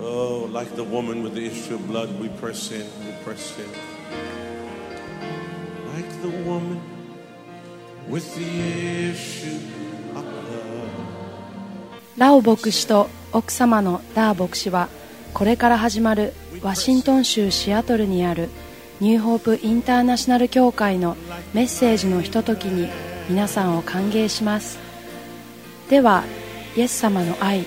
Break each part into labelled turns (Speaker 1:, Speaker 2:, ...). Speaker 1: Oh, like the woman with the issue of blood, we press in, we press in. Like the woman with the issue of blood.
Speaker 2: ラオ牧師と奥様のダー牧師はこれから始まるワシントン州シアトルにあるニューホープインターナショナル協会のメッセージのひとときに皆さんを歓迎しますではイエス様の愛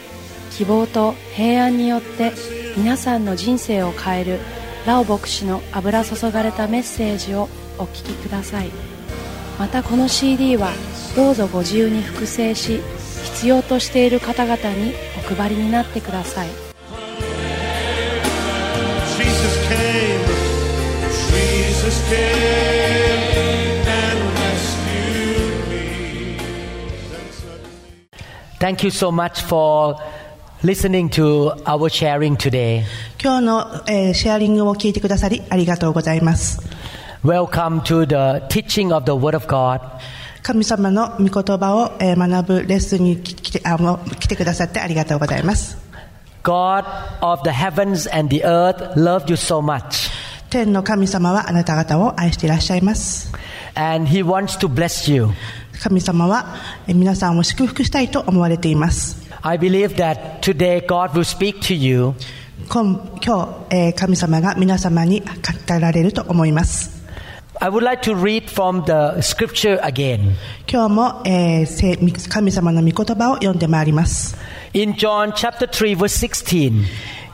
Speaker 2: 希望と平安によって皆さんの人生を変えるラオ牧師の油注がれたメッセージをお聞きくださいまたこの CD はどうぞご自由に複製し必要としている方々にお配りになってください
Speaker 1: Jesus came, Jesus came and rescued me.
Speaker 3: Thank you so much for listening to our sharing today.
Speaker 4: 今日の、えーシェアリングを聞いてくださりありがとうございます
Speaker 3: Welcome to the teaching of the Word of God.
Speaker 4: 神様の御言葉を、えー学ぶレッスンに来てあもう来てくださってありがとうございます
Speaker 3: God of the heavens and the earth loved you so much,
Speaker 4: 天の神様はあなた方を愛していらっしゃいます
Speaker 3: and He wants to bless you.
Speaker 4: 神様は、えー皆さんを祝福したいと思われています
Speaker 3: I believe that today God will speak to you,
Speaker 4: 今今日、えー神様が皆様に語られると思います
Speaker 3: I would like to read from the scripture again.
Speaker 4: 今日も、えーせ神様の御言葉を読んでまいります
Speaker 3: In John chapter 3 verse 16,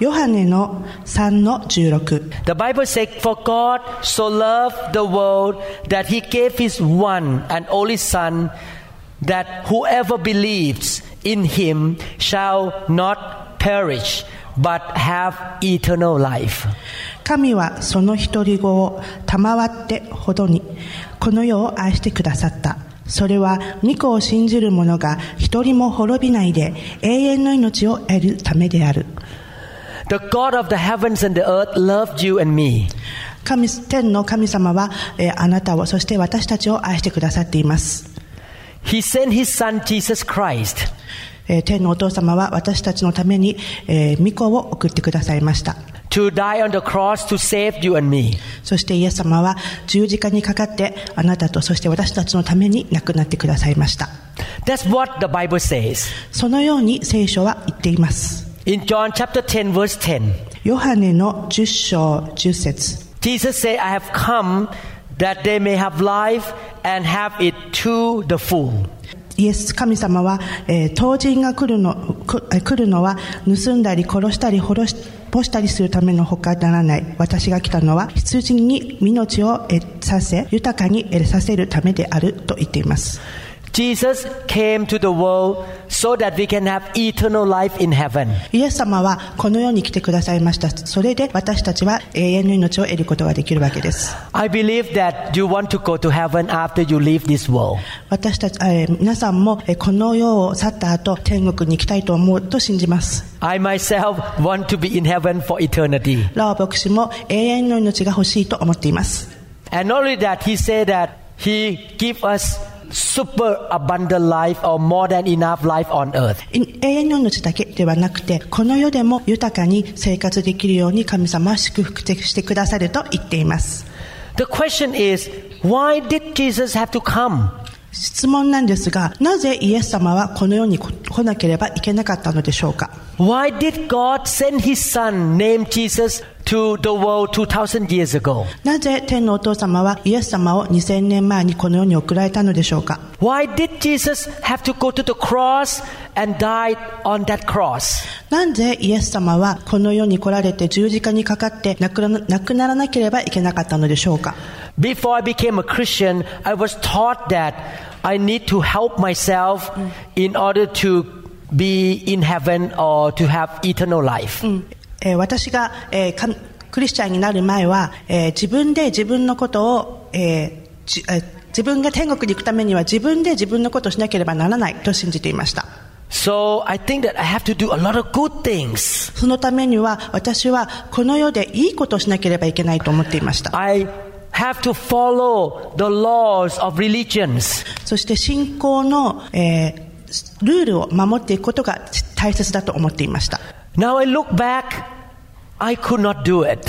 Speaker 4: ヨハネの3の16
Speaker 3: the Bible says, For God so loved the world that he gave his one and only son that whoever believes in him shall not perish but have eternal life.
Speaker 4: 神はその独り子を賜ってほどにこの世を愛してくださったそれは御子を信じる者が一人も滅びないで永遠の命を得るためである
Speaker 3: The God of the heavens and the earth loved you and me.
Speaker 4: 神天の神様は、えーあなたをそして私たちを愛してくださっています、
Speaker 3: He sent his son Jesus Christ
Speaker 4: えー天のお父様は私たちのために、えー御子を送ってくださいました
Speaker 3: to die on the cross to save you and me.
Speaker 4: そしてイエス様は十字架にかかってあなたとそして私たちのために亡くなってくださいました
Speaker 3: That's what the Bible says.
Speaker 4: そのように聖書は言っています
Speaker 3: In John chapter 10 verse 10,
Speaker 4: ヨハネの10章10節
Speaker 3: Jesus said, I have come that they may have life and have it to the full.
Speaker 4: イエス神様は、えー盗人が来るのくえー来るのは盗んだり殺したり殺し干したりするためのほかならない私が来たのは羊に命を得させ豊かに得させるためであると言っています
Speaker 3: Jesus came to the world so that we can have eternal life in heaven.
Speaker 4: イエス様はこの世に来てくださいましたそれで私たちは永遠の命を得ることができるわけです
Speaker 3: I believe that you want to go to heaven after you leave this world.
Speaker 4: 私たち、えー皆さんも、えーこの世を去った後天国に行きたいと思うと信じます
Speaker 3: I myself want to be in heaven for eternity.
Speaker 4: ラオ牧師も永遠の命が欲しいと思っています
Speaker 3: And not only that, he said that he give us super abundant life or more than enough life on earth.
Speaker 4: い永遠の命だけではなくてこの世でも豊かに生活できるように神様は祝福してくださると言っています
Speaker 3: The question is, why did Jesus have to come?
Speaker 4: 質問なんですがなぜイエス様はこの世に来来なければいけなかったのでしょうか
Speaker 3: Why did God send his son named Jesus to the world 2000 years ago?
Speaker 4: なぜ天のお父様はイエス様を2000年前にこの世に送られたのでしょうか
Speaker 3: Why did Jesus have to go to the cross and die on that cross?
Speaker 4: なぜイエス様はこの世に来られて十字架にかかって亡くな亡くならなければいけなかったのでしょうか
Speaker 3: Before I became a Christian, I was taught that I need to help myself in order to be in heaven or to have eternal life.
Speaker 4: えー私が、えーかクリスチャンになる前は、えー自分で自分のことを、えーじえー自分が天国に行くためには自分で自分のことをしなければならないと信じていました
Speaker 3: So I think that I have to do a lot of good things.
Speaker 4: そのためには私はこの世でいいことをしなければいけないと思っていました
Speaker 3: I have to follow the laws of religions.
Speaker 4: そして信仰の、えールールを守っていくことが大切だと思っていました
Speaker 3: Now I look back I could not do it.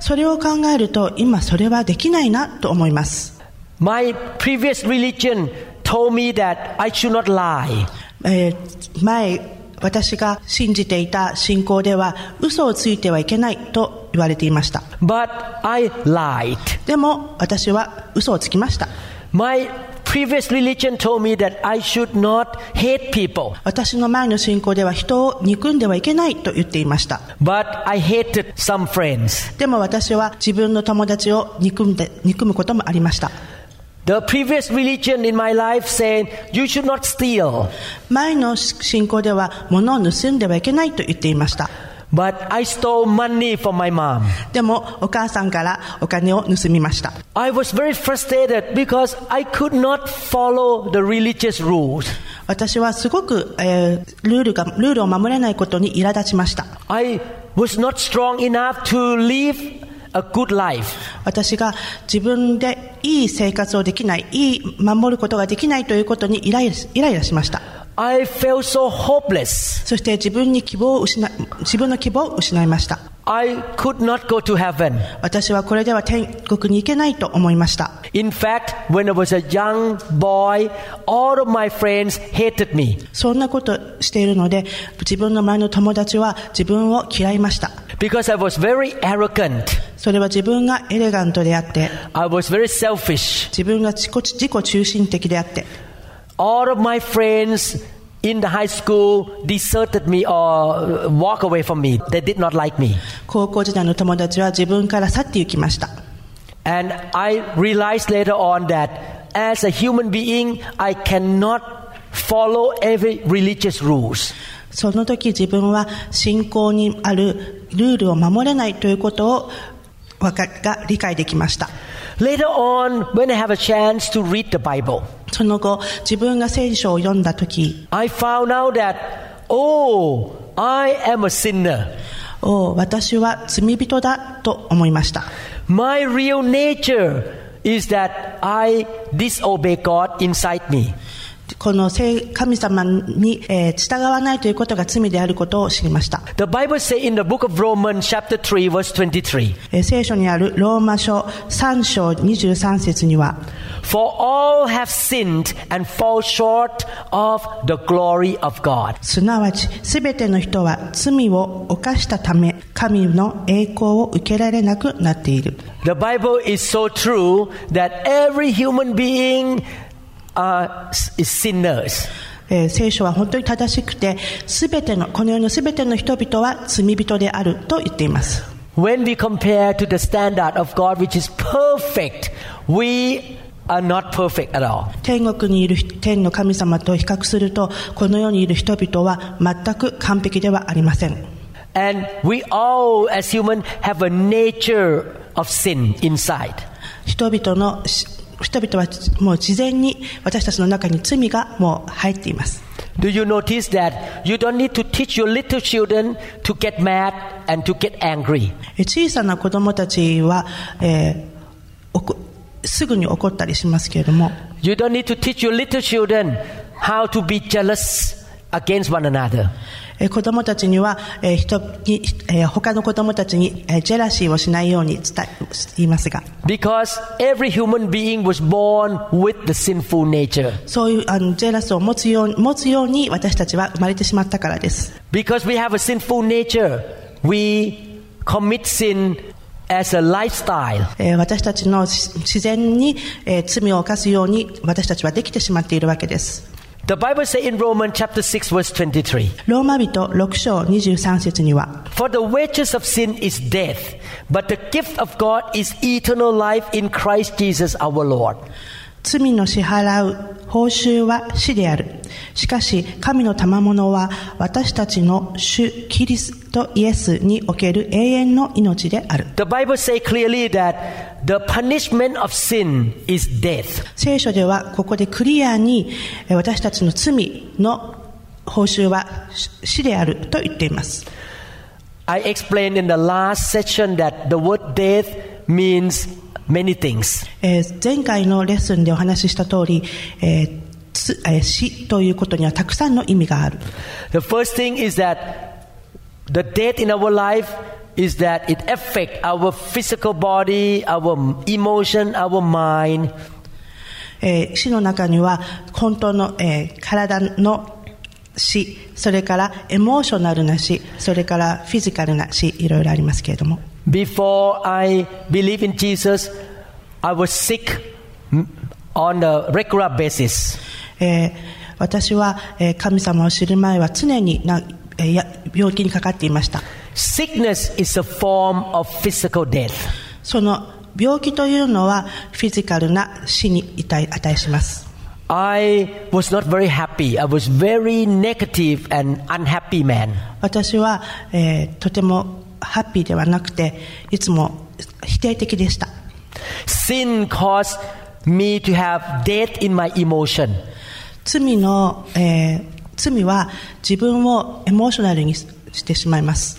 Speaker 4: それを考えると今それはできないなと思います
Speaker 3: My previous religion told me that I should not lie.
Speaker 4: えー前私が信じていた信仰では嘘をついてはいけないと言われていました
Speaker 3: But I lied.
Speaker 4: でも私は嘘をつきました
Speaker 3: My previous religion told me that I should not hate people.
Speaker 4: 私の前の信仰では人を憎んではいけないと言っていました
Speaker 3: But I hated some friends.
Speaker 4: でも私は自分の友達を憎んで憎むこともありました
Speaker 3: The previous religion in my life said you should not steal.
Speaker 4: 前の信仰では物を盗んではいけないと言っていました
Speaker 3: But I stole money from my mom.
Speaker 4: でもお母さんからお金を盗みました
Speaker 3: I was very frustrated because I could not follow the religious rules.
Speaker 4: 私はすごく、えールールがルールを守れないことに苛立ちました
Speaker 3: I was not strong enough to live a good life.
Speaker 4: 私が自分でいい生活をできないいい守ることができないということにイライラしイライラしました
Speaker 3: I felt so hopeless.
Speaker 4: そして自分に希望を失い自分の希望を失いました
Speaker 3: I could not go to heaven.
Speaker 4: 私はこれでは天国に行けないと思いました
Speaker 3: In fact, when I was a young boy, all of my friends hated me
Speaker 4: そんなことしているので自分の前の友達は自分を嫌いました
Speaker 3: because I was very arrogant.
Speaker 4: それは自分がエレガントであって
Speaker 3: I was very selfish.
Speaker 4: 自分が自己自己中心的であって
Speaker 3: All of my friends in the high school deserted me or walked away from me. They did not like me.
Speaker 4: 高校時代の友達は自分から去って行きました
Speaker 3: And I realized later on that as a human being, I cannot follow every religious rules.
Speaker 4: その時自分は信仰にあるルールを守れないということをわかが理解できました
Speaker 3: Later on, when I have a chance to read the Bible,
Speaker 4: その後自分が聖書を読んだ時
Speaker 3: I found out that, oh, I am a sinner.
Speaker 4: おう私は罪人だと思いました
Speaker 3: My real nature is that I disobey God inside me.
Speaker 4: この聖神様に、えー従わないということが罪であることを知りました、
Speaker 3: The Bible says in the book of Romans, chapter 3, verse 23,
Speaker 4: えー聖書にあるローマ書3章23節には
Speaker 3: For all have sinned and fall short of the glory of God.
Speaker 4: すなわちすべての人は罪を犯したため神の栄光を受けられなくなっている
Speaker 3: The Bible is so true that every human being uh, is sinners.
Speaker 4: えー聖書は本当に正しくて全てのこの世のすべての人々は罪人であると言っています
Speaker 3: When we compare to the standard of God, which is perfect, we are not perfect at all.
Speaker 4: 天国にいる天の神様と比較するとこの世にいる人々は全く完璧ではありません
Speaker 3: And we all, as human, have a nature of sin inside.
Speaker 4: 人々のし人々はもう事前に私たちの中に罪がもう入っています
Speaker 3: Do you notice that you don't need to teach your little children to get mad and to get angry?
Speaker 4: え小さな子供たちは、えーおこすぐに怒ったりしますけれども
Speaker 3: You don't need to teach your little children how to be jealous against one another.
Speaker 4: えー子供たちには、えー人にえー他の子供たちに、えージェラシーをしないように伝え言いますが
Speaker 3: Because every human being was born with the sinful nature.
Speaker 4: そういうあのジェラスを持つように持つように私たちは生まれてしまったからです
Speaker 3: Because we have a sinful nature, we commit sin as a lifestyle.
Speaker 4: えー私たちのし自然に、えー罪を犯すように私たちはできてしまっているわけです
Speaker 3: The Bible says in Romans chapter 6 verse 23,
Speaker 4: ローマ人6章23節には
Speaker 3: For the wages of sin is death, but the gift of God is eternal life in Christ Jesus our Lord.
Speaker 4: 罪の支払う報酬は死であるしかし神の賜物は私たちの主キリストイエスにおける永遠の命である
Speaker 3: The Bible says clearly that the punishment of sin is death.
Speaker 4: 聖書ではここでクリアにえー私たちの罪の報酬は死であると言っています
Speaker 3: I explained in the last session that the word death means many things.
Speaker 4: えー前回のレッスンでお話しした通り、えーつえー死ということにはたくさんの意味がある
Speaker 3: The first thing is that the death in our life is that it affects our physical body, our emotion, our mind,
Speaker 4: えー死の中には本当の、えー体の死それからエモーショナルな死それからフィジカルな死いろいろありますけれども
Speaker 3: Before I believe in Jesus, I was sick mm, on a regular basis.
Speaker 4: えー私は、えー神様を知る前は常にな、えーや病気にかかっていました
Speaker 3: Sickness is a form of physical death.
Speaker 4: その病気というのはフィジカルな死に値値します
Speaker 3: I was not very happy. I was very negative and unhappy man.
Speaker 4: 私は、えーとてもハッピーではなくていつも否定的でした
Speaker 3: Sin caused me to have death in my emotion.
Speaker 4: 罪の、えー罪は自分をエモーショナルにししてしまいます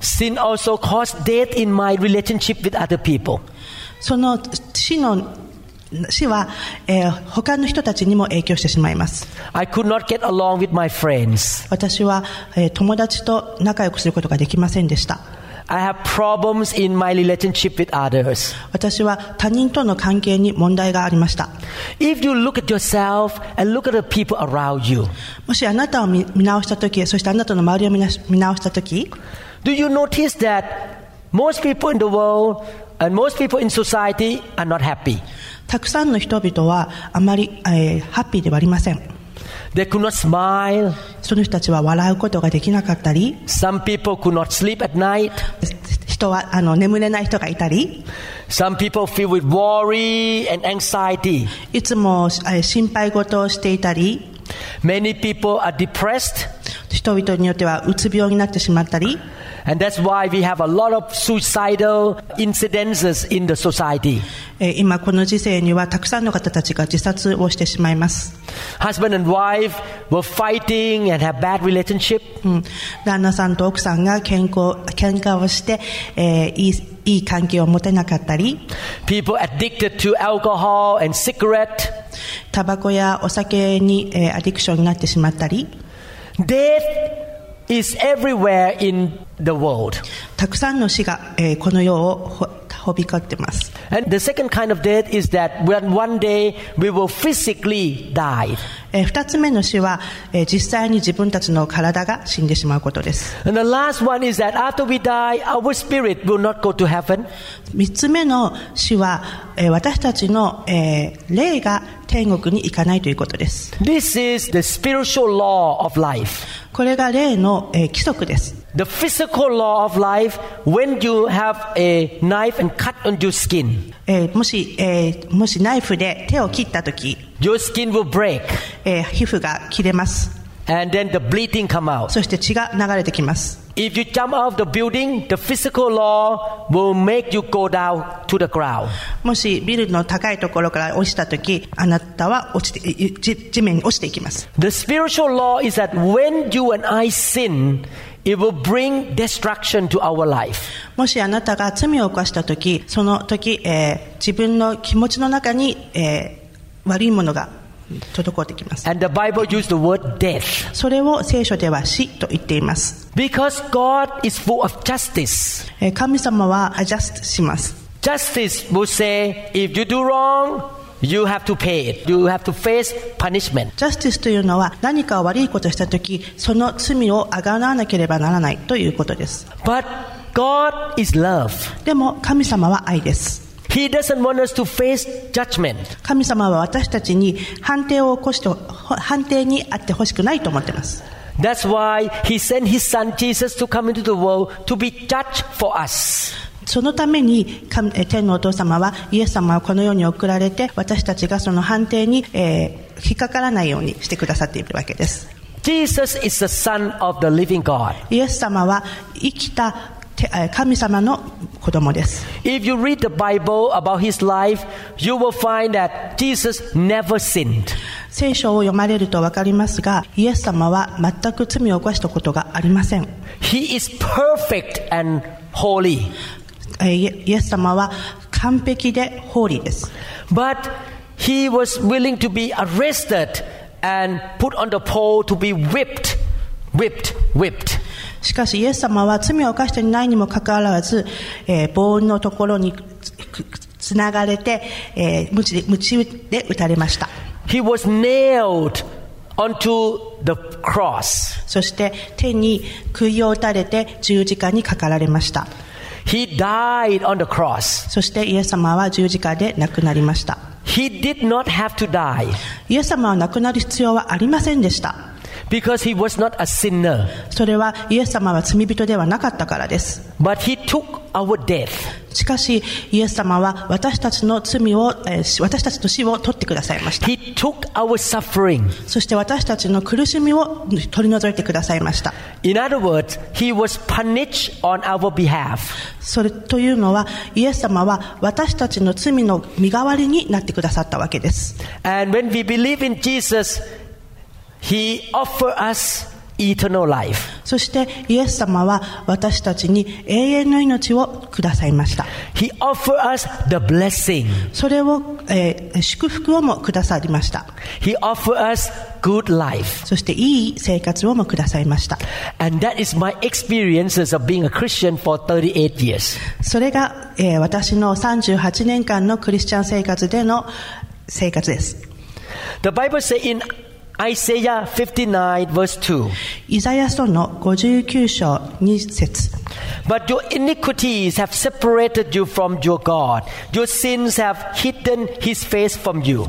Speaker 3: Sin also caused death in my relationship with other people.
Speaker 4: その死の死は、えー他の人たちにも影響してしまいます
Speaker 3: I could not get along with my friends.
Speaker 4: 私は、えー友達と仲良くすることができませんでした
Speaker 3: I have problems in my relationship with others.
Speaker 4: 私は他人との関係に問題がありました
Speaker 3: If you look at yourself and look at the people around you,
Speaker 4: もしあなたを見見直した時そしてあなたの周りを見なし見直した時
Speaker 3: do you notice that most people in the world and most people in society are not happy?
Speaker 4: たくさんの人々はあまり、えーハッピーではありません
Speaker 3: They could not smile.
Speaker 4: その人たちは笑うことができなかったり
Speaker 3: Some people could not sleep at night.
Speaker 4: 人はあの眠れない人がいたり
Speaker 3: Some people feel with worry and anxiety.
Speaker 4: いつもえー心配事をしていたり
Speaker 3: Many people are depressed,
Speaker 4: 人々によってはうつ病になってしまったり
Speaker 3: and that's why we have a lot of suicidal incidences in the society.
Speaker 4: えー今この時世にはたくさんの方たちが自殺をしてしまいます、
Speaker 3: Husband and wife were fighting and have bad relationship.
Speaker 4: うん、旦那さんと奥さんが健康喧嘩をして、えーいいいい関係を持てなかったり
Speaker 3: People addicted to alcohol and cigarette.
Speaker 4: タバコやお酒に、えーアディクションになってしまったり
Speaker 3: Death is everywhere in the world.
Speaker 4: たくさんの死が、えーこの世をほはびこってます、
Speaker 3: And the second kind of death is that when one day we will physically die.
Speaker 4: え2つ目の死は、えー実際に自分たちの体が死んでしまうことです
Speaker 3: And the last one is that after we die, our spirit will not go to heaven.
Speaker 4: 三つ目の死は、えー私たちの、えー霊が天国に行かないということです
Speaker 3: This is the spiritual law of life.
Speaker 4: これが霊の、えー規則です
Speaker 3: The physical law of life, when you have a knife and cut on your skin,
Speaker 4: えーもし、えーもしナイフで手を切った時、
Speaker 3: your skin will break
Speaker 4: えー皮膚が切れます
Speaker 3: and then the bleeding come out.
Speaker 4: そして血が流れてきます
Speaker 3: If you jump out of the building, the physical law will make you go down to the ground.
Speaker 4: もしビルの高いところから落ちた時あなたは落ちていい地地面に落ちていきます
Speaker 3: The spiritual law is that when you and I sin, it will bring destruction to our life.
Speaker 4: もしあなたが罪を犯した時その時、えー自分の気持ちの中に、えー悪いものが滞ってきます
Speaker 3: And the Bible used the word death
Speaker 4: それを聖書では死と言っています。
Speaker 3: because God is full of justice.
Speaker 4: えー神様はアジャストします。
Speaker 3: Justice will say, if you do wrong, you have to pay it. You have to face punishment.
Speaker 4: ジャスティスというのは何か悪いことをしたとき、その罪をあがなわなければならないということです。
Speaker 3: But God is love.
Speaker 4: でも神様は愛です。
Speaker 3: He doesn't want us to face judgment.
Speaker 4: 神様は私たちに判定を起こして、ほ判定にあってほしくないと思ってます。
Speaker 3: That's why he sent his son Jesus to come into the world to be judged for us.
Speaker 4: そのために神えー天のお父様はイエス様はこの世に送られて私たちがその判定に、えー引っかからないようにしてくださっているわけです。
Speaker 3: Jesus is the son of the living God.
Speaker 4: イエス様は生きたてえー神様の子供です。
Speaker 3: If you read the Bible about his life, you will find that Jesus never sinned.
Speaker 4: 聖書を読まれるとわかりますが、イエス様は全く罪を犯したことがありません。
Speaker 3: He is perfect and holy.
Speaker 4: えーイエイエス様は完璧でホーリーです。
Speaker 3: But he was willing to be arrested and put on the pole to be whipped, whipped, whipped.
Speaker 4: しかしイエス様は罪を犯していないにもかかわらず、えー、ボールのところにつつながれて、えー、鞭で鞭で打たれました
Speaker 3: He was nailed onto the cross.
Speaker 4: そして手に杭を打たれて十字架にかかられました
Speaker 3: He died on the cross.
Speaker 4: そしてイエス様は十字架で亡くなりました
Speaker 3: He did not have to die
Speaker 4: イエス様は亡くなる必要はありませんでした
Speaker 3: because he was not a sinner,
Speaker 4: それはイエス様は罪人ではなかったからです
Speaker 3: but he took our death.
Speaker 4: しかしイエス様は私たちの罪を、えーし私たちの死を取ってくださいました
Speaker 3: He took our suffering.
Speaker 4: そして私たちの苦しみを取り除いてくださいました
Speaker 3: In other words, he was punished on our behalf.
Speaker 4: それというのはイエス様は私たちの罪の身代わりになってくださったわけです
Speaker 3: And when we believe in Jesus, he offers us eternal life.
Speaker 4: そしてイエス様は私たちに永遠の命をくださいました
Speaker 3: He offers us the blessing.
Speaker 4: それを、えー祝福をもくださりました
Speaker 3: He offers us good life.
Speaker 4: そしていい生活をもくださいました
Speaker 3: And that is my experiences of being a Christian for 38 years.
Speaker 4: それが、えー私の38年間のクリスチャン生活での生活です
Speaker 3: The Bible says in Isaiah 59 verse 2,
Speaker 4: イザヤ書の59章2節
Speaker 3: But your iniquities have separated you from your God. Your sins have hidden his face from you.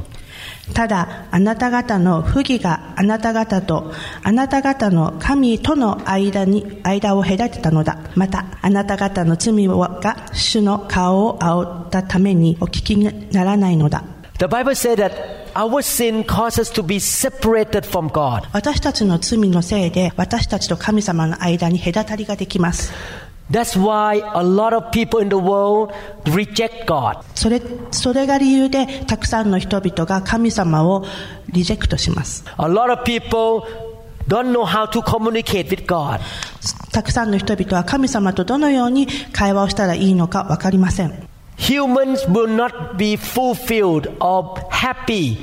Speaker 4: ただあなた方の不義があなた方とあなた方の神との間に間を隔てたのだまたあなた方の罪が主の顔を煽ったためにお聞きにならないのだ
Speaker 3: The Bible says that our sin causes us to be separated from God.
Speaker 4: 私たちの罪のせいで私たちと神様の間に隔たりができます
Speaker 3: That's why a lot of people in the world reject God.
Speaker 4: それそれが理由でたくさんの人々が神様をリジェクトします
Speaker 3: A lot of people don't know how to communicate with God.
Speaker 4: たくさんの人々は神様とどのように会話をしたらいいのか分かりません
Speaker 3: Humans will not be fulfilled or happy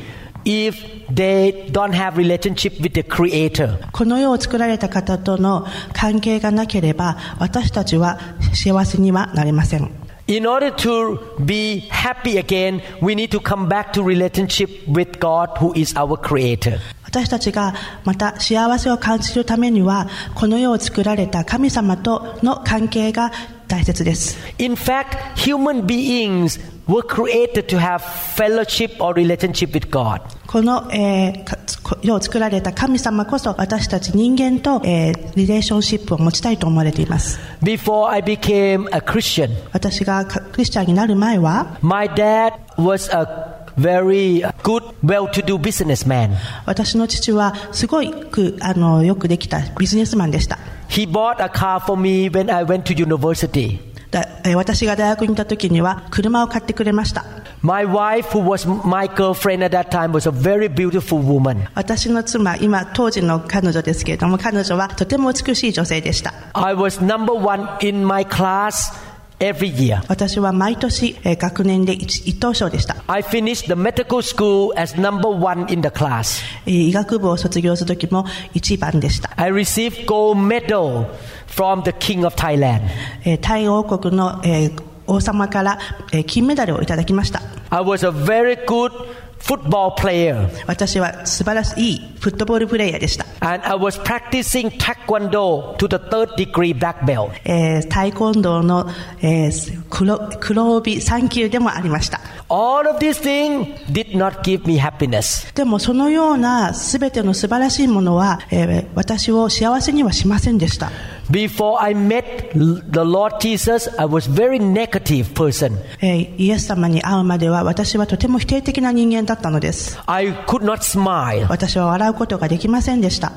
Speaker 3: if they don't have relationship with the creator.
Speaker 4: この世を作られた方との関係がなければ私たちは幸せにはなれません
Speaker 3: In order to be happy again, we need to come back to relationship with God who is our creator.
Speaker 4: 私たちがまた幸せを感じるためにはこの世を作られた神様との関係が大切です
Speaker 3: In fact, human beings were created to have fellowship or relationship with God.
Speaker 4: この、えーかこ世を作られた神様こそ私たち人間と、えーリレーションシップを持ちたいと思われています
Speaker 3: Before I became a Christian,
Speaker 4: 私がかクリスチャンになる前は
Speaker 3: my dad was a very good, well-to-do businessman.
Speaker 4: 私の父はすごいくあのよくできたビジネスマンでした
Speaker 3: He bought a car for me when I went to university.
Speaker 4: だえー私が大学にいた時には車を買ってくれました
Speaker 3: My wife, who was my girlfriend at that time, was a very beautiful woman.
Speaker 4: 私の妻今当時の彼女ですけれども彼女はとても美しい女性でした
Speaker 3: I was number one in my class every year.
Speaker 4: 私は毎年、えー学年で一一等賞でした、
Speaker 3: I finished the medical school as number one in the class.
Speaker 4: えー医学部を卒業する時も一番でした、
Speaker 3: I received gold medal from the King of Thailand.
Speaker 4: えータイ王国の、えー王様から、えー金メダルをいただきました
Speaker 3: I was a very good football player
Speaker 4: 私は素晴らしいフットボールプレイヤーでした、
Speaker 3: and I was practicing taekwondo to the third degree black belt.
Speaker 4: えータイコンドーの、えー黒黒帯3級でもありました
Speaker 3: All of these things did not give me happiness.
Speaker 4: でもそのような全ての素晴らしいものは、えー私を幸せにはしませんでした
Speaker 3: Before I met l- the Lord Jesus, I was very negative person.
Speaker 4: えーイエス様に会うまでは私はとても否定的な人間だったのです
Speaker 3: I could not smile.
Speaker 4: 私は笑うことができませんでした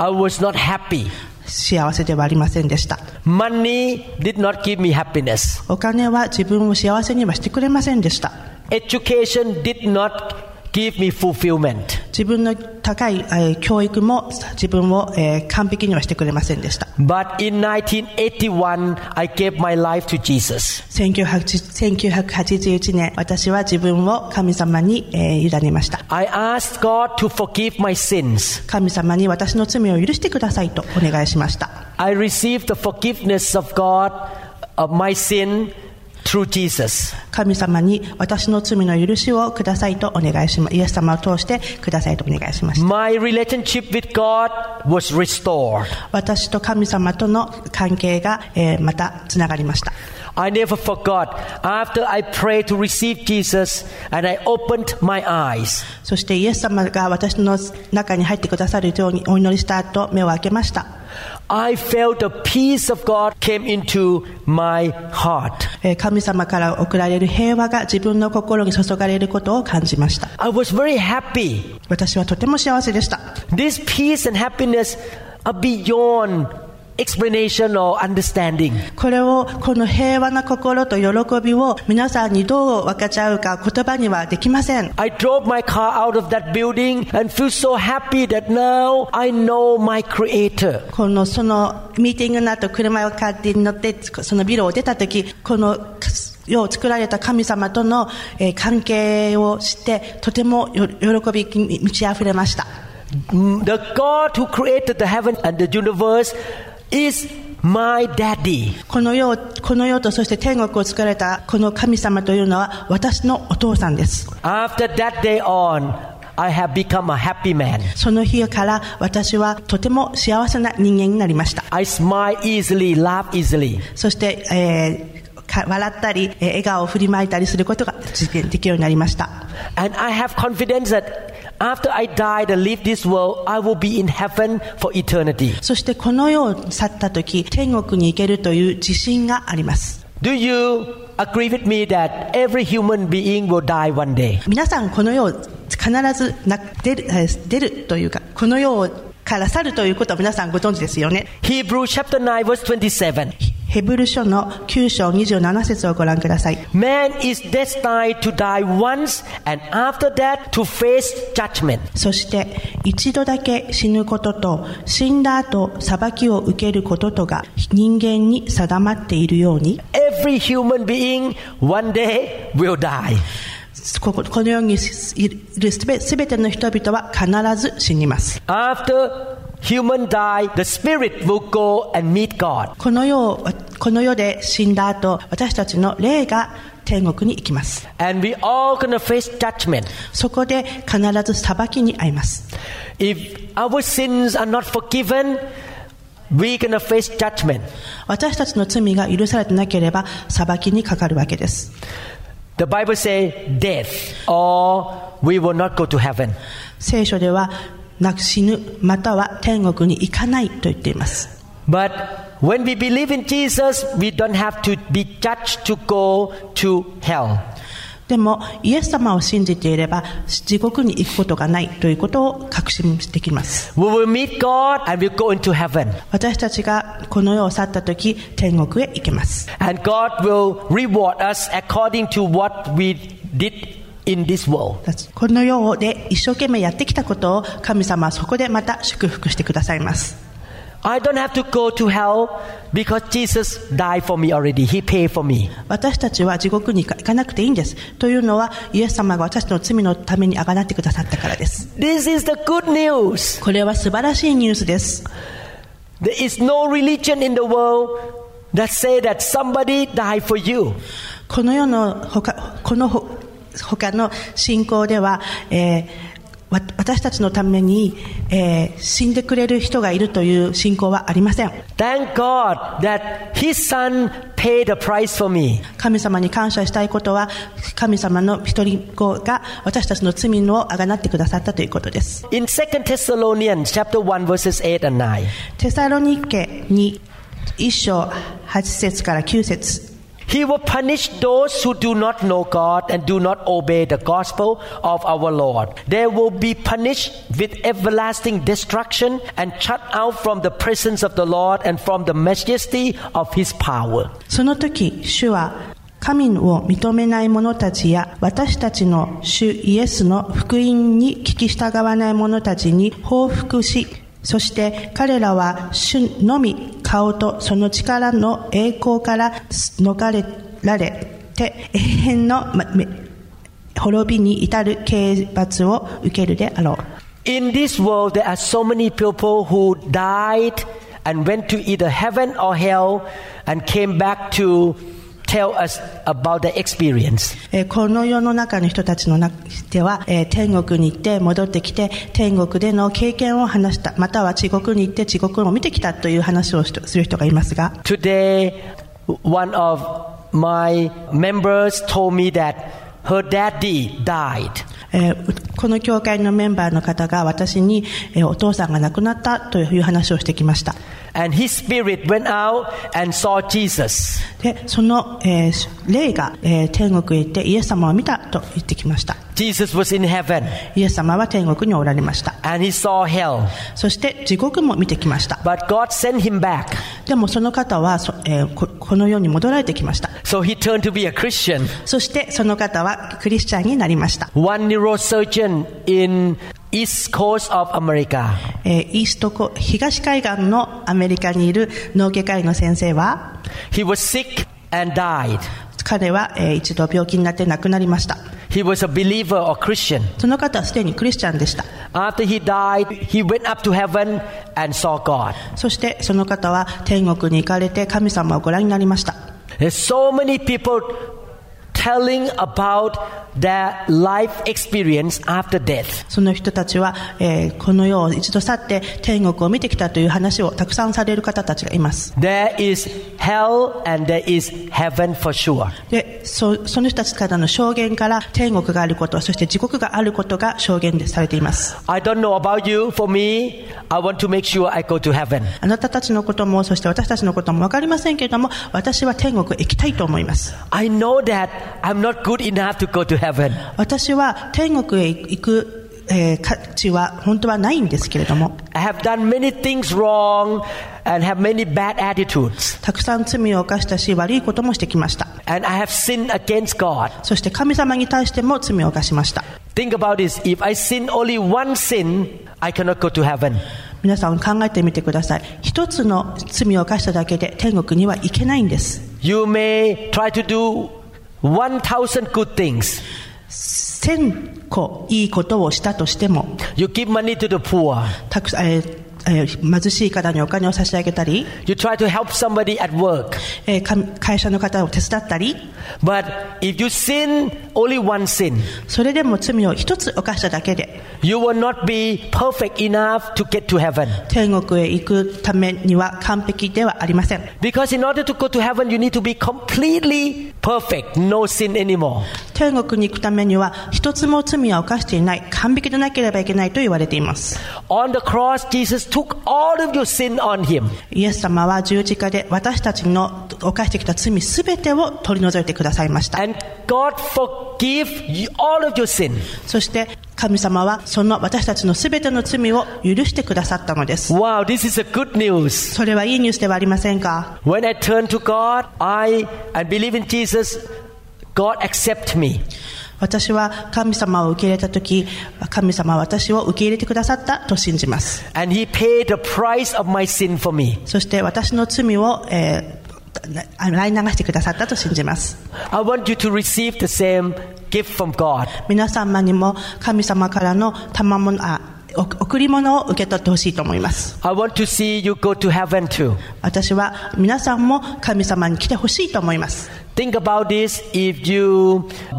Speaker 3: I was not happy.
Speaker 4: 幸せではありませんでした
Speaker 3: Money did not give me happiness.
Speaker 4: お金は自分を幸せにはしてくれませんでした
Speaker 3: Education did not give me fulfillment.
Speaker 4: 自分の高い、えー教育も自分を、えー完璧にはしてくれませんでした
Speaker 3: But in 1981, I gave my life to Jesus.
Speaker 4: 1980 1981年私は自分を神様に、えー委ねました
Speaker 3: I asked God to forgive my sins.
Speaker 4: 神様に私の罪を許してくださいとお願いしました
Speaker 3: I received the forgiveness of God of my sin through Jesus.
Speaker 4: 神様に私の罪の許しをくださいとお願いしまイエス様を通してくださいとお願いしました
Speaker 3: My relationship with God was restored.
Speaker 4: 私と神様との関係が、えーまたつながりました
Speaker 3: I never forgot. After I prayed to receive Jesus and I opened my eyes,
Speaker 4: そしてイエス様が私の中に入ってくださるようにお祈りした後目を開けました
Speaker 3: I felt the peace of God came into my heart.
Speaker 4: えー神様から送られる平和が自分の心に注がれることを感じました
Speaker 3: I was very happy.
Speaker 4: 私はとても幸せでした
Speaker 3: This peace and happiness are beyond explanation or understanding.
Speaker 4: これをこの平和な心と喜びを皆さんにどう分かち合うか言葉にはできません
Speaker 3: I drove my car out of that building and feel so happy that now I know my creator.
Speaker 4: このそのミーティングの後車を勝手に乗ってそのビルを出た時この世を作られた神様との、えー関係を知ってとてもよ喜びに満ち溢れました
Speaker 3: Mm, The God who created the heaven and the universe is my daddy.
Speaker 4: この世をこの世とそして天国を作られたこの神様というのは私のお父さんです
Speaker 3: After that day on, I have become a happy man.
Speaker 4: その日から私はとても幸せな人間になりました
Speaker 3: I smile easily, laugh easily.
Speaker 4: そして、えーか笑ったり、えー笑顔を振りまいたりすることが実現できるようになりました
Speaker 3: And I have confidence that after I die and leave this world, I will be in heaven for eternity.
Speaker 4: そしてこの世を去った時天国に行けるという自信があります
Speaker 3: Do you agree with me that every human being will die one day?
Speaker 4: 皆さんこの世を必ずな出るえー出るというかこの世をから去るということは皆さんご存知ですよね
Speaker 3: Hebrews chapter 9 verse 27.
Speaker 4: ヘブル書の9章27節をご覧ください
Speaker 3: Man is destined to die once and after that to face judgment.
Speaker 4: そして一度だけ死ぬことと死んだ後裁きを受けることとが人間に定まっているように
Speaker 3: Every human being one day will die.
Speaker 4: こここの世にいるすべすべての人々は必ず死にます。
Speaker 3: After human die, the spirit will go and meet God.
Speaker 4: この世をこの世で死んだ後、私たちの霊が天国に行きます。
Speaker 3: And we all gonna face judgment.
Speaker 4: そこで必ず裁きに会います。
Speaker 3: If our sins are not forgiven, we're gonna face judgment.
Speaker 4: 私たちの罪が許されてなければ裁きにかかるわけです。
Speaker 3: The Bible says death, or we will not go to heaven.
Speaker 4: 聖書ではなく死ぬまたは天国に行かないと言っています。
Speaker 3: But when we believe in Jesus, we don't have to be judged to go to hell.
Speaker 4: でもイエス様を信じていれば地獄に行くことがないということを確信できます。
Speaker 3: We will meet God and we'll go into heaven.
Speaker 4: 私たちがこの世を去った時天国へ行けます
Speaker 3: And God will reward us according to what we did in this world.
Speaker 4: この世で一生懸命やってきたことを神様はそこでまた祝福してくださいます
Speaker 3: I don't have to go to hell because Jesus died for me already. He paid for me.
Speaker 4: 私たちは地獄に行かなくていいんですというのはイエス様が私たちの罪のためにあがなってくださったからです
Speaker 3: This is the good news.
Speaker 4: これは素晴らしいニュースです
Speaker 3: There is no religion in the world that say that somebody died for you.
Speaker 4: この世の他このほ他の信仰では、えーわ私たちのために、えー死んでくれる人がいるという信仰はありません
Speaker 3: Thank God that His Son paid the price for me.
Speaker 4: 神様に感謝したいことは神様の一人子が私たちの罪をあがなってくださったということです
Speaker 3: In 2 Thessalonians chapter 1 verses 8 and 9,
Speaker 4: テサロニケに1章8節から9節
Speaker 3: He will punish those who do not know God and do not obey the gospel of our Lord. They will be punished with everlasting destruction and shut out from the presence of the Lord and from the majesty of His power.
Speaker 4: その時主は神を認めない者たちや私たちの主イエスの福音に聞き従わない者たちに報復しそして彼らは主のみ顔とその力の栄光から逃れられて永遠のまめ滅びに至る刑罰を受けるであろう
Speaker 3: In this world, there are so many people who died and went to either heaven or hell and came back to tell us about the experience.
Speaker 4: えーこの世の中の人たちの中では、えー天国に行って戻ってきて天国での経験を話したまたは地獄に行って地獄を見てきたという話をしする人がいますが
Speaker 3: Today, one of my members told me that her daddy died.
Speaker 4: えーこの教会のメンバーの方が私に、えーお父さんが亡くなったという話をしてきました
Speaker 3: And his spirit went out and saw Jesus.
Speaker 4: でその、えー霊が、えー天国へ行ってイエス様を見たと言ってきました
Speaker 3: Jesus was in heaven
Speaker 4: イエス様は天国におられました
Speaker 3: and he saw hell.
Speaker 4: そして地獄も見てきました
Speaker 3: But God sent him back.
Speaker 4: でもその方はそ、えーここの世に戻られてきました
Speaker 3: So he turned to be a Christian.
Speaker 4: そしてその方はクリスチャンになりました、
Speaker 3: One neurosurgeon in East Coast of America.
Speaker 4: えーイーストコ東海岸のアメリカにいる脳外科医の先生は
Speaker 3: He was sick and died.
Speaker 4: 彼は、えー一度病気になって亡くなりました
Speaker 3: He was a believer or Christian.
Speaker 4: その方はすでにクリスチャンでした
Speaker 3: After he died, he went up to heaven and saw God.
Speaker 4: そしてその方は天国に行かれて神様をご覧になりました
Speaker 3: There's so many people telling about their life experience after death.
Speaker 4: その人たちは、えーこの世を一度去って天国を見てきたという話をたくさんされる方たちがいます
Speaker 3: There is hell and there is heaven for sure.
Speaker 4: でそその人たちからの証言から天国があることそして地獄があることが証言でされています
Speaker 3: I don't know about you. For me, I want to make sure I go to heaven.
Speaker 4: あなたたちのこともそして私たちのことも分かりませんけれども私は天国へ行きたいと思います
Speaker 3: I know that I'm not good enough to go to heaven.
Speaker 4: 私は天国へ行く、えー価値は本当はないんですけれども
Speaker 3: I have done many things wrong and have many bad attitudes.
Speaker 4: たくさん罪を犯したし悪いこともしてきました
Speaker 3: And I have sinned against God.
Speaker 4: そして神様に対しても罪を犯しました
Speaker 3: Think about this. If I sin only one sin, I cannot go to heaven.
Speaker 4: 皆さん考えてみてください一つの罪を犯しただけで天国には行けないんです
Speaker 3: You may try to do 1,000 good things.
Speaker 4: 千個いいことをしたとしても
Speaker 3: You give money to the poor.
Speaker 4: たくさん、えーえー貧しい方にお金を差し上げたり、
Speaker 3: You try to help somebody at work.
Speaker 4: えーか会社の方を手伝ったり
Speaker 3: But if you sin only one sin,
Speaker 4: それでも罪を一つ犯しただけで
Speaker 3: you will not be perfect enough to get to heaven.
Speaker 4: 天国へ行くためには完璧ではありません
Speaker 3: Because in order to go to heaven, you need to be completely perfect, no sin anymore.
Speaker 4: 天国に行くためには一つも罪は犯していない完璧でなければいけないと言われています
Speaker 3: On the cross, Jesus took all of your sin on him.
Speaker 4: イエス様は十字架で私たちの犯してきた罪すべてを取り除いてくださいました
Speaker 3: And God forgive you all of your sin.
Speaker 4: そして神様はその私たちのすべての罪を許してくださったのです
Speaker 3: Wow, this is a good news.
Speaker 4: それはいいニュースではありませんか
Speaker 3: When I turn to God, I and believe in Jesus, God accept me.
Speaker 4: 私は神様を受け入れた時神様は私を受け入れてくださったと信じます
Speaker 3: And he paid the price of my sin for me.
Speaker 4: そして私の罪を、えー洗い流してくださったと信じます
Speaker 3: I want you to receive the same gift from God.
Speaker 4: 皆様にも神様からの賜物あお贈り物を受け取ってほしいと思います
Speaker 3: I want to see you go to heaven too.
Speaker 4: 私は皆さんも神様に来てほしいと思います
Speaker 3: Think about this if you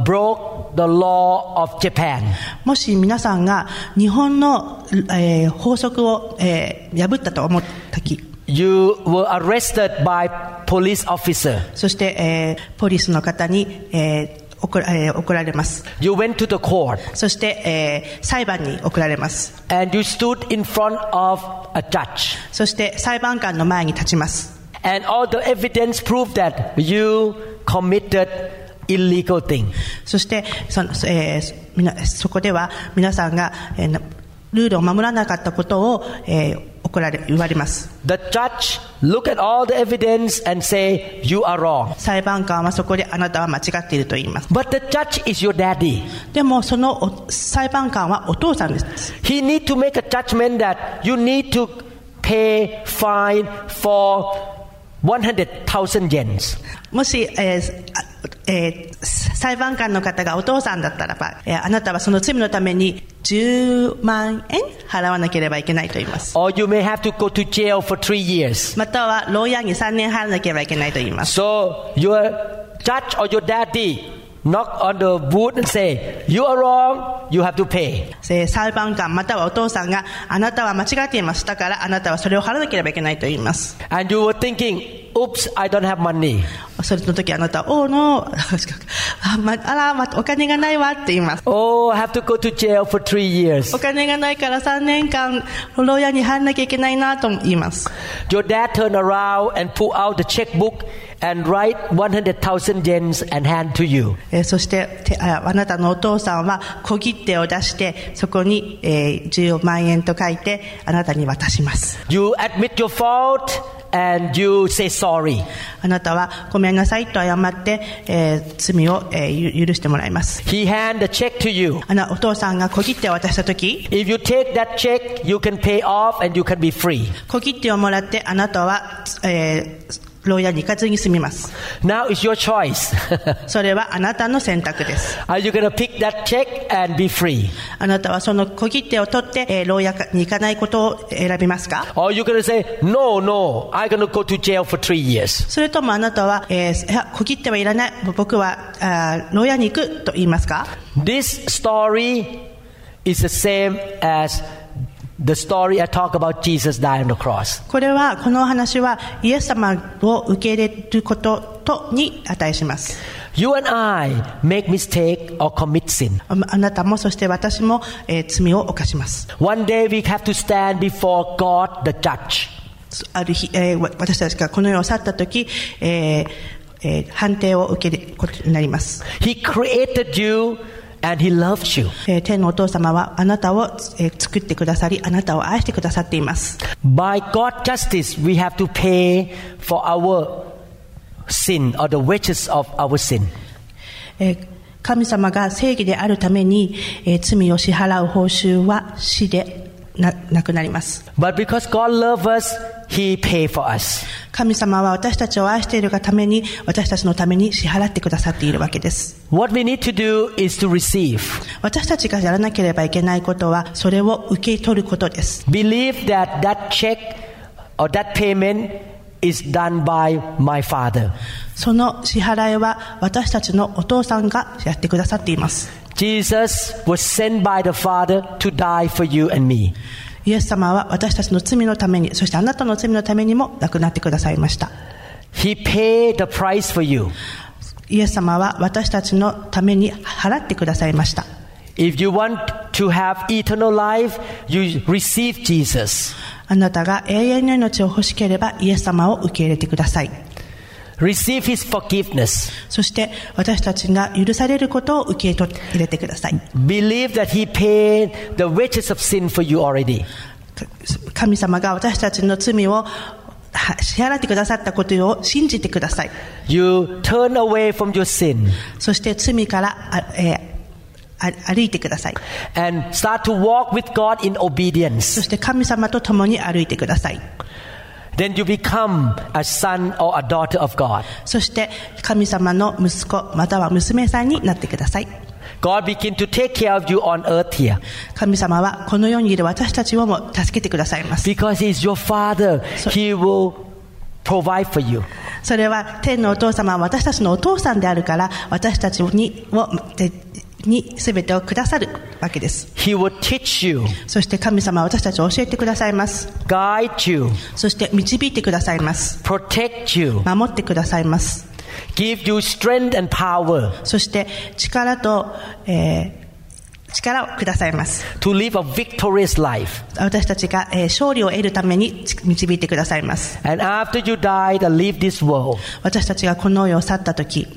Speaker 3: broke the law of Japan.
Speaker 4: もし皆さんが日本の、えー法則を、えー破ったと思った時
Speaker 3: You were arrested by police officer.
Speaker 4: そして、えーポリスの方に、えー怒らえー怒られます
Speaker 3: You went to the court
Speaker 4: そして、えー裁判に送られます
Speaker 3: and you stood in front of a judge.
Speaker 4: そして裁判官の前に立ちます
Speaker 3: And all the evidence proved that you committed illegal thing.
Speaker 4: そしてその、えーみなそこでは皆さんが、えーなルールを守らなかったことを、えー怒られ言われます
Speaker 3: The judge look at all the evidence and say you are wrong.
Speaker 4: 裁判官はそこであなたは間違っていると言います
Speaker 3: But the judge is your daddy.
Speaker 4: でもそのお裁判官はお父さんです
Speaker 3: He need to make a judgment that you need to pay fine for 100,000 yen.
Speaker 4: もし、えーあえー裁判官の方がお父さんだったらば、えーあなたはその罪のために10万円払わなければいけないと言います。
Speaker 3: or you may have to go to jail for three years.
Speaker 4: または、牢屋に3年払わなければいけないと言います。
Speaker 3: So your judge or your daddy knock on the wood and say, "You are wrong. You have to pay."
Speaker 4: えー裁判官またはお父さんがあなたは間違っていますだからあなたはそれを払わなければいけないと言います
Speaker 3: And you were thinking, "Oops, I don't have money."
Speaker 4: それの時あなたはおおの あ,、まあら、ま、お金がないわって言います
Speaker 3: Oh, I have to go to jail for three years.
Speaker 4: お金がないから3年間牢屋に入んなきゃいけないなと言います
Speaker 3: Your dad turned around and pull out the checkbook and write 100,000 yen and hand to you.
Speaker 4: えーそしててああなたのお父さんは小切手を出してそこに、えー10万円と書いてあなたに渡します
Speaker 3: You admit your fault and you say sorry.
Speaker 4: あなたはごめんなさいと謝って、えー罪を、えーゆ許してもらいます
Speaker 3: He hand the check to you.
Speaker 4: あのお父さんが小切手を渡した時
Speaker 3: If you take that check, you can pay off and you can be free.
Speaker 4: 小切手をもらってあなたは、えー、牢屋に行かずに済みます
Speaker 3: Now it's your choice.
Speaker 4: それはあなたの選択です
Speaker 3: Are you going to pick that check and be free?
Speaker 4: あなたはその小切手を取って、えー牢屋に行かないことを選びますか
Speaker 3: Or you going to say, no, no, I'm going to go to jail for three years.
Speaker 4: それともあなたは、えーいや小切手はいらない僕はあー牢屋に行くと言いますか
Speaker 3: This story is the same as the story I talk about Jesus dying on the cross.
Speaker 4: これはこのお話はイエス様を受け入れることとに値します
Speaker 3: You and I make mistake or commit sin.
Speaker 4: ああなたもそして私も、えー罪を犯します
Speaker 3: One day we have to stand before God the judge.
Speaker 4: ある日、えーわ私たちがこの世を去った時、えーえー判定を受けることになります、
Speaker 3: He created you and he loves you.
Speaker 4: えー天のお父様はあなたを、えー作ってくださりあなたを愛してくださっています
Speaker 3: By God justice we have to pay for our sin or the wages of our sin.
Speaker 4: えー神様が正義であるために、えー罪を支払う報酬は死でななくなります
Speaker 3: But because God loves us, he pay for us.
Speaker 4: 神様は私たちを愛しているがために私たちのために支払ってくださっているわけです
Speaker 3: What we need to do is to receive.
Speaker 4: 私たちがやらなければいけないことはそれを受け取ることです
Speaker 3: Believe that that check or that payment is done by my father.
Speaker 4: その支払いは私たちのお父さんがやってくださっています。
Speaker 3: Jesus was sent by the Father to die for you and me.
Speaker 4: イエス様は私たちの罪のために、そしてあなたの罪のためにも亡くなってくださいました。
Speaker 3: He paid the price for you.
Speaker 4: イエス様は私たちのために払ってくださいました。
Speaker 3: If you want to have eternal life, you receive Jesus.
Speaker 4: あなたが永遠の命を欲しければイエス様を受け入れてください。
Speaker 3: Receive his forgiveness.
Speaker 4: そして私たちが許されることを受け入れてください。
Speaker 3: Believe that he paid the wages of sin for you already.
Speaker 4: 神様が私たちの罪をは支払ってくださったことを信じてください。
Speaker 3: You turn away from your sin
Speaker 4: そして罪からあ、えーあ歩いてください。
Speaker 3: and start to walk with God in
Speaker 4: そ
Speaker 3: obedience.
Speaker 4: して神様と共に歩いてください。
Speaker 3: Then you become a son or a daughter of God.
Speaker 4: そして神様の息子または娘さんになってください。
Speaker 3: God begin to take care of you on earth here
Speaker 4: 神様はこの世にいる私たちをも助けてくださいます。
Speaker 3: because he is your father.
Speaker 4: So-
Speaker 3: he will provide for you.
Speaker 4: それは天のお父様は私たちのお父さんであるから私たちにをてに全てをくださるわけです。
Speaker 3: He will teach you,
Speaker 4: そして神様は私たちを教えてくださいます。
Speaker 3: guide you,
Speaker 4: そして導いてくださいます。
Speaker 3: protect you,
Speaker 4: 守ってくださいます。
Speaker 3: give you strength and power
Speaker 4: そして力と、えー力をくださいます。
Speaker 3: to live a victorious life.
Speaker 4: 私たちが、えー勝利を得るためにち導いてくださいます。
Speaker 3: And after you die and leave this world,
Speaker 4: 私たちがこの世を去った時、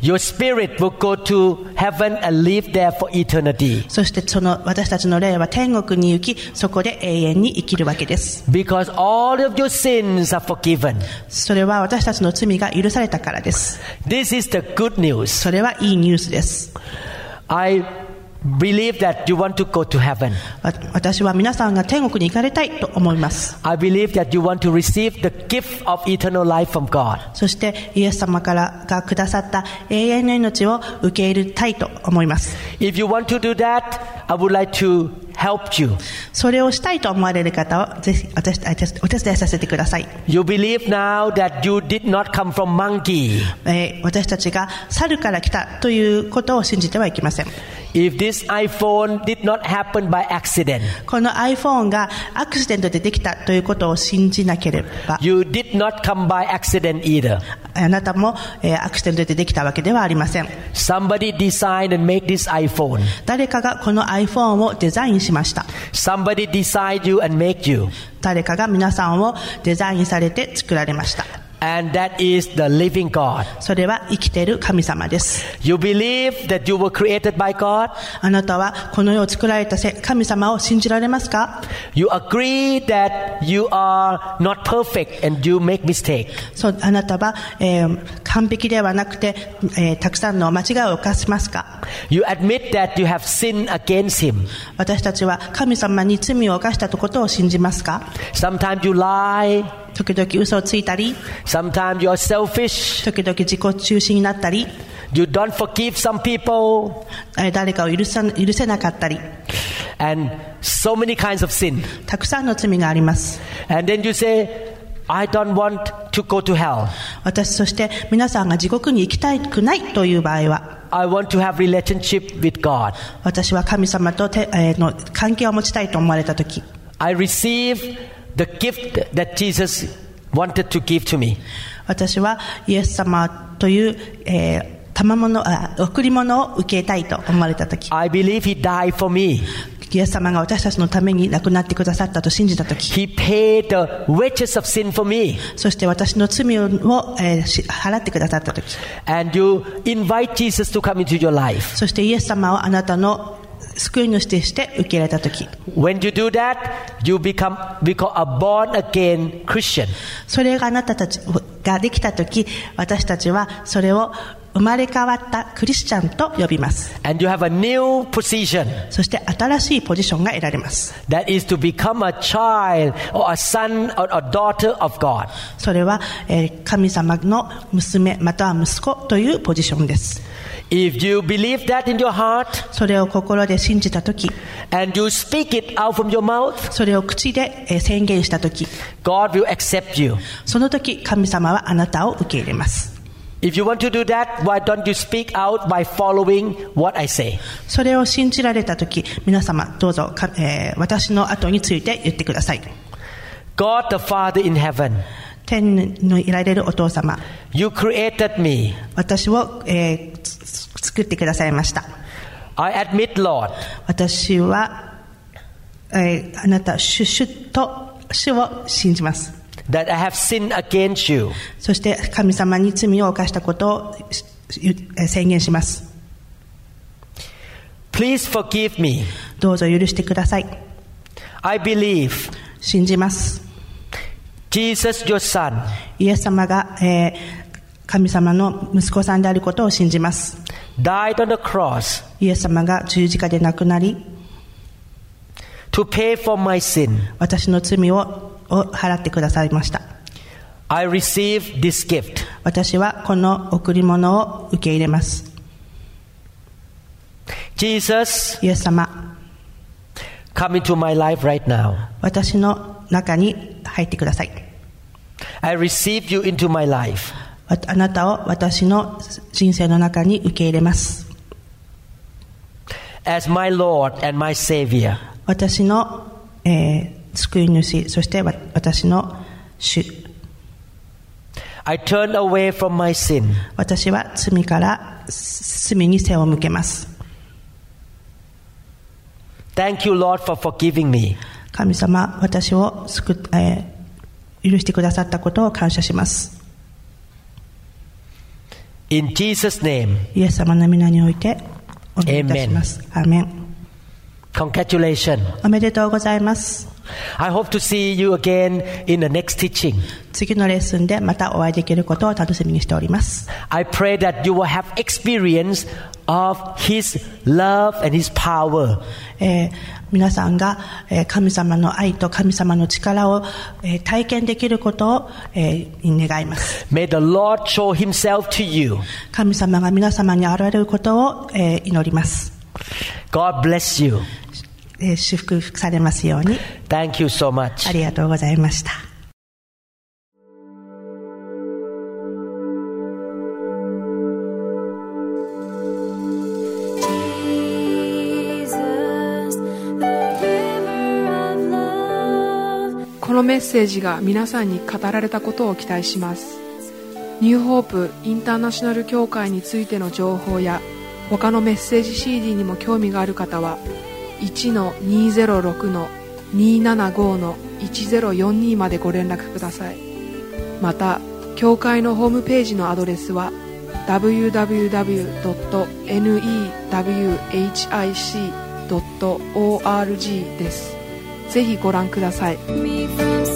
Speaker 3: your spirit will go to heaven and live there for eternity
Speaker 4: そしてその私たちの霊は天国に行き、そこで永遠に生きるわけです。
Speaker 3: because all of your sins are forgiven.
Speaker 4: それは私たちの罪が許されたからです。
Speaker 3: This is the good news.
Speaker 4: それはいいニュースです。
Speaker 3: I believe that you want to go to heaven.
Speaker 4: わ私は皆さんが天国に行かれたいと思います。
Speaker 3: I believe that you want to receive the gift of eternal life from God.
Speaker 4: そしてイエス様からがくださった永遠の命を受け入れたいと思います。
Speaker 3: If you want to do that, I would like to help you.
Speaker 4: それをしたいと思われる方はぜひ私私お手伝いさせてください、
Speaker 3: You believe now that you did not come from monkey.
Speaker 4: えー私たちが猿から来たということを信じてはいけません
Speaker 3: If this iPhone did not happen by accident,
Speaker 4: この iPhone がアクシデントでできたということを信じなければ
Speaker 3: you did not come by accident either.
Speaker 4: あなたも、えーアクシデントでできたわけではありません
Speaker 3: Somebody designed and made this iPhone.
Speaker 4: 誰かがこの iPhone をデザインしました
Speaker 3: Somebody designed you and make you.
Speaker 4: 誰かが皆さんをデザインされて作られました
Speaker 3: And that is the living God.
Speaker 4: それは生きている神様です
Speaker 3: You believe that you were created by God.
Speaker 4: あなたはこの世を作られたせ神様を信じられますか
Speaker 3: You agree that you are not perfect and you make mistake.
Speaker 4: そうあなたは、えー完璧ではなくて、えーたくさんの間違いを犯しますか
Speaker 3: You admit that you have sinned against Him.
Speaker 4: 私たちは神様に罪を犯したことを信じますか
Speaker 3: Sometimes you lie.
Speaker 4: 時々嘘をついたり
Speaker 3: Sometimes you are selfish.
Speaker 4: 時々自己中心になったり
Speaker 3: You don't forgive some people.
Speaker 4: えー誰かを許さ許せなかったり
Speaker 3: And so many kinds of sin.
Speaker 4: たくさんの罪があります
Speaker 3: And then you say, I don't want to go to hell.
Speaker 4: 私そして皆さんが地獄に行きたくないという場合は
Speaker 3: I want to have relationship with God.
Speaker 4: 私は神様とて、えーの関係を持ちたいと思われた時
Speaker 3: I receive the gift that Jesus wanted to give to me.
Speaker 4: 私はイエス様という、えー賜物あ贈り物を受けたいと思われた時
Speaker 3: I believe he died for me.
Speaker 4: イエス様が私たちのために亡くなってくださったと信じた時
Speaker 3: He paid the wages of sin for me.
Speaker 4: そして私の罪を、えーし払ってくださった時
Speaker 3: And you invite Jesus to come into your life.
Speaker 4: そしてイエス様をあなたの救い主として受け入れた時
Speaker 3: When you do that, you become, become a born again Christian.
Speaker 4: それがあなたたちができた時私たちはそれを生まれ変わったクリスチャンと呼びます
Speaker 3: And you have a new position
Speaker 4: そして新しいポジションが得られます
Speaker 3: that is to become a child or a son or a daughter of God.
Speaker 4: それは、えー神様の娘または息子というポジションです
Speaker 3: If you believe that in your heart
Speaker 4: それを心で信じた時
Speaker 3: and you speak it out from your mouth,
Speaker 4: それを口で、えー宣言した時
Speaker 3: God will accept you.
Speaker 4: その時神様はあなたを受け入れます
Speaker 3: If you want to do that, why don't you speak out by following what I say?
Speaker 4: それを信じられた時皆様どうぞか、えー私の後について言ってください
Speaker 3: God the Father in heaven,
Speaker 4: 天のいられるお父様
Speaker 3: you created me.
Speaker 4: 私を、えーつつ作ってくださいました
Speaker 3: I admit, Lord,
Speaker 4: 私は、えーあなた主主と主を信じます
Speaker 3: that I have sinned against you.
Speaker 4: そして神様に罪を犯したことをしえ宣言します。
Speaker 3: Please forgive me.
Speaker 4: どうぞ許してください。
Speaker 3: I believe
Speaker 4: 信じます。
Speaker 3: Jesus, your Son,
Speaker 4: イエス様が、えー神様の息子さんであることを信じます。
Speaker 3: died on the cross
Speaker 4: イエス様が十字架で亡くなり、
Speaker 3: to pay for my sin.
Speaker 4: 私の罪をを払ってくださいました。
Speaker 3: I receive this gift.
Speaker 4: 私はこの贈り物を受け入れます。
Speaker 3: Jesus,
Speaker 4: イエス様、
Speaker 3: come into my life right now.
Speaker 4: 私の中に入ってください。
Speaker 3: I receive you into my life.
Speaker 4: わあなたを私の人生の中に受け入れます。
Speaker 3: as my Lord and my Savior.
Speaker 4: 私の、えー救い主そしてわ私の主
Speaker 3: I turn away from my sin.
Speaker 4: 私は罪からす罪に背を向けます
Speaker 3: Thank you, Lord, for forgiving me.
Speaker 4: 神様私を救っ、えー許してくださったことを感謝します
Speaker 3: In Jesus' name,
Speaker 4: イエス様の皆においてお願いいたしますアーメン
Speaker 3: congratulations.
Speaker 4: おめでとうございます
Speaker 3: I hope to see you again in the next teaching.
Speaker 4: 次のレッスンでまたお会いできることを楽しみにしております
Speaker 3: I pray that you will have experience of His love and His power.
Speaker 4: えー皆さんが、えー神様の愛と神様の力を、えー体験できることを、えー願います
Speaker 3: May the Lord show Himself to you.
Speaker 4: 神様が皆様に現れることを、えー祈ります、
Speaker 3: God bless you.
Speaker 4: ええー祝福されますように
Speaker 3: Thank you so much.
Speaker 4: ありがとうございました。
Speaker 5: Jesus, the giver of love.
Speaker 6: このメッセージが皆さんに語られたことを期待しますニューホープインターナショナル協会についての情報や他のメッセージ CD にも興味がある方は1-206-275-1042までご連絡くださいまた協会のホームページのアドレスは www.newhic.org ですぜひご覧ください
Speaker 5: Me from